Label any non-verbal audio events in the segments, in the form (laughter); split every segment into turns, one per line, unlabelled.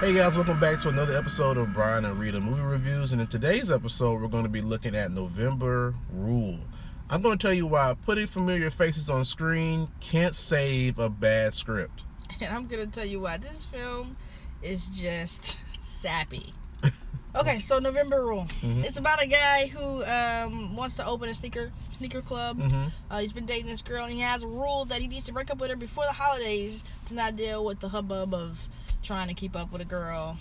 Hey guys, welcome back to another episode of Brian and Rita Movie Reviews. And in today's episode, we're going to be looking at November Rule. I'm going to tell you why putting familiar faces on screen can't save a bad script.
And I'm going to tell you why this film is just (laughs) sappy. Okay, so November Rule.
Mhm.
It's about a guy who um, wants to open a sneaker sneaker club.
Mm-hmm.
Uh, he's been dating this girl, and he has a rule that he needs to break up with her before the holidays to not deal with the hubbub of trying to keep up with a girl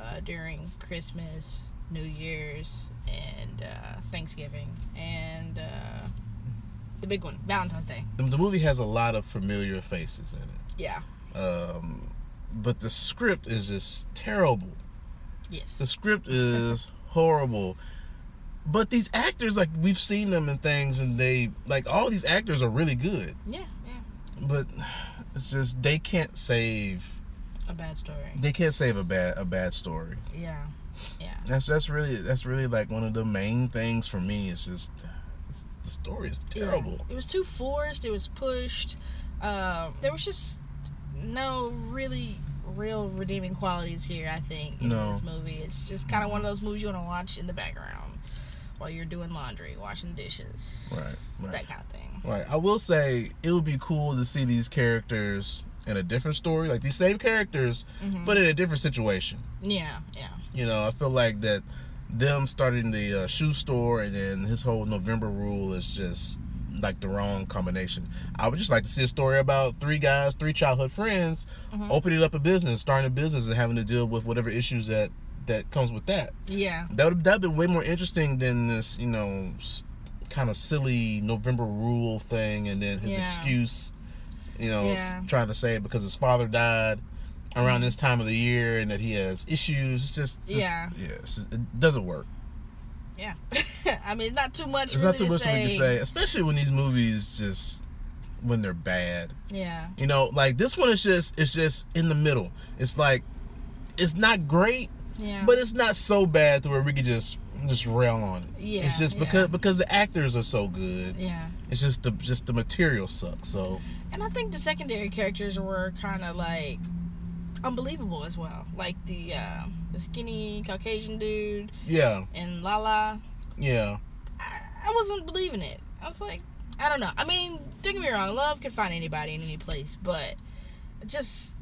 uh, during Christmas, New Year's, and uh, Thanksgiving, and uh, the big one, Valentine's Day.
The, the movie has a lot of familiar faces in it,
Yeah.
um, but the script is just terrible.
Yes.
The script is horrible. But these actors, like we've seen them in things, and they like all these actors are really good.
yeah. Yeah.
But it's just they can't save
A bad story.
they can't save a bad a bad story.
Yeah. Yeah.
That's that's really that's really like one of the main things for me. It's just it's, the story is
Yeah.
terrible.
It was too forced. It was pushed. Um, there was just no really real redeeming qualities here. I think in
No.
this movie, it's just kind of one of those movies you want to watch in the background while you're doing laundry, washing dishes,
Right, right,
that kind of thing.
right. I will say it would be cool to see these characters in a different story, like these same characters,
Mhm.
but in a different situation.
yeah, yeah,
You know, I feel like that them starting the uh, shoe store and then his whole November rule is just like the wrong combination. I would just like to see a story about three guys, three childhood friends,
Mhm.
opening up a business, starting a business, and having to deal with whatever issues that that comes with that.
yeah,
That would that'd been way more interesting than this, you know, kind of silly November rule thing, and then his
Yeah.
excuse, you know, s-
Yeah. Mm-hmm.
trying to say it because his father died around this time of the year and that he has issues. It's just, just-
Yeah.
yeah, it's just- it doesn't work.
yeah. (laughs) I mean, not too much.
There's
really
not too much
to say.
we can say, especially when these movies just when they're bad.
Yeah,
You know, like this one is just it's just in the middle. It's like it's not great,
yeah.
but it's not so bad to where we could just just rail on it.
Yeah,
it's just
yeah.
because because the actors are so good.
yeah.
It's just the just the material sucks. So
And I think the secondary characters were kind of like unbelievable as well. Like the uh, the skinny Caucasian dude
yeah,
and Lala.
yeah,
I, I wasn't believing it. I was like, I don't know. I mean, don't get me wrong. Love could find anybody in any place, but it just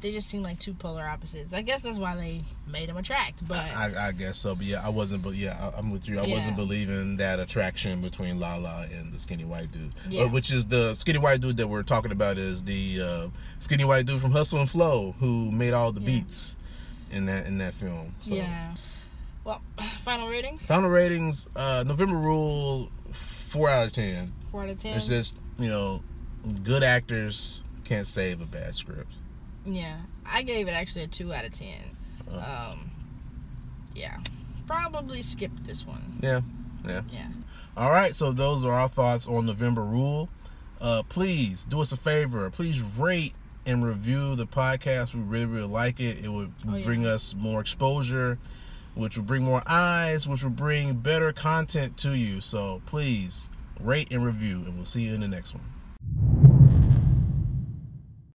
they just seem like two polar opposites. I guess that's why they made them attract. But
I, I guess so. But yeah, I wasn't. But yeah, I, I'm with you. I
Yeah.
wasn't believing that attraction between Lala and the skinny white dude,
Yeah.
Uh, which is the skinny white dude that we're talking about is the uh, skinny white dude from Hustle and Flow who made all the
Yeah.
beats in that in that film. So.
yeah. Well, (sighs) final ratings
Final ratings, uh, November Rule, four out of ten.
four out of ten.
It's just you know, good actors can't save a bad script.
Yeah, I gave it actually a two out of ten. Um, yeah, probably skip this one.
Yeah, yeah.
Yeah,
All right, so those are our thoughts on November Rule. Uh, please do us a favor. Please rate and review the podcast. We really, really like it. It would
Oh, yeah.
bring us more exposure, which will bring more eyes, which will bring better content to you. So please rate and review, and we'll see you in the next one.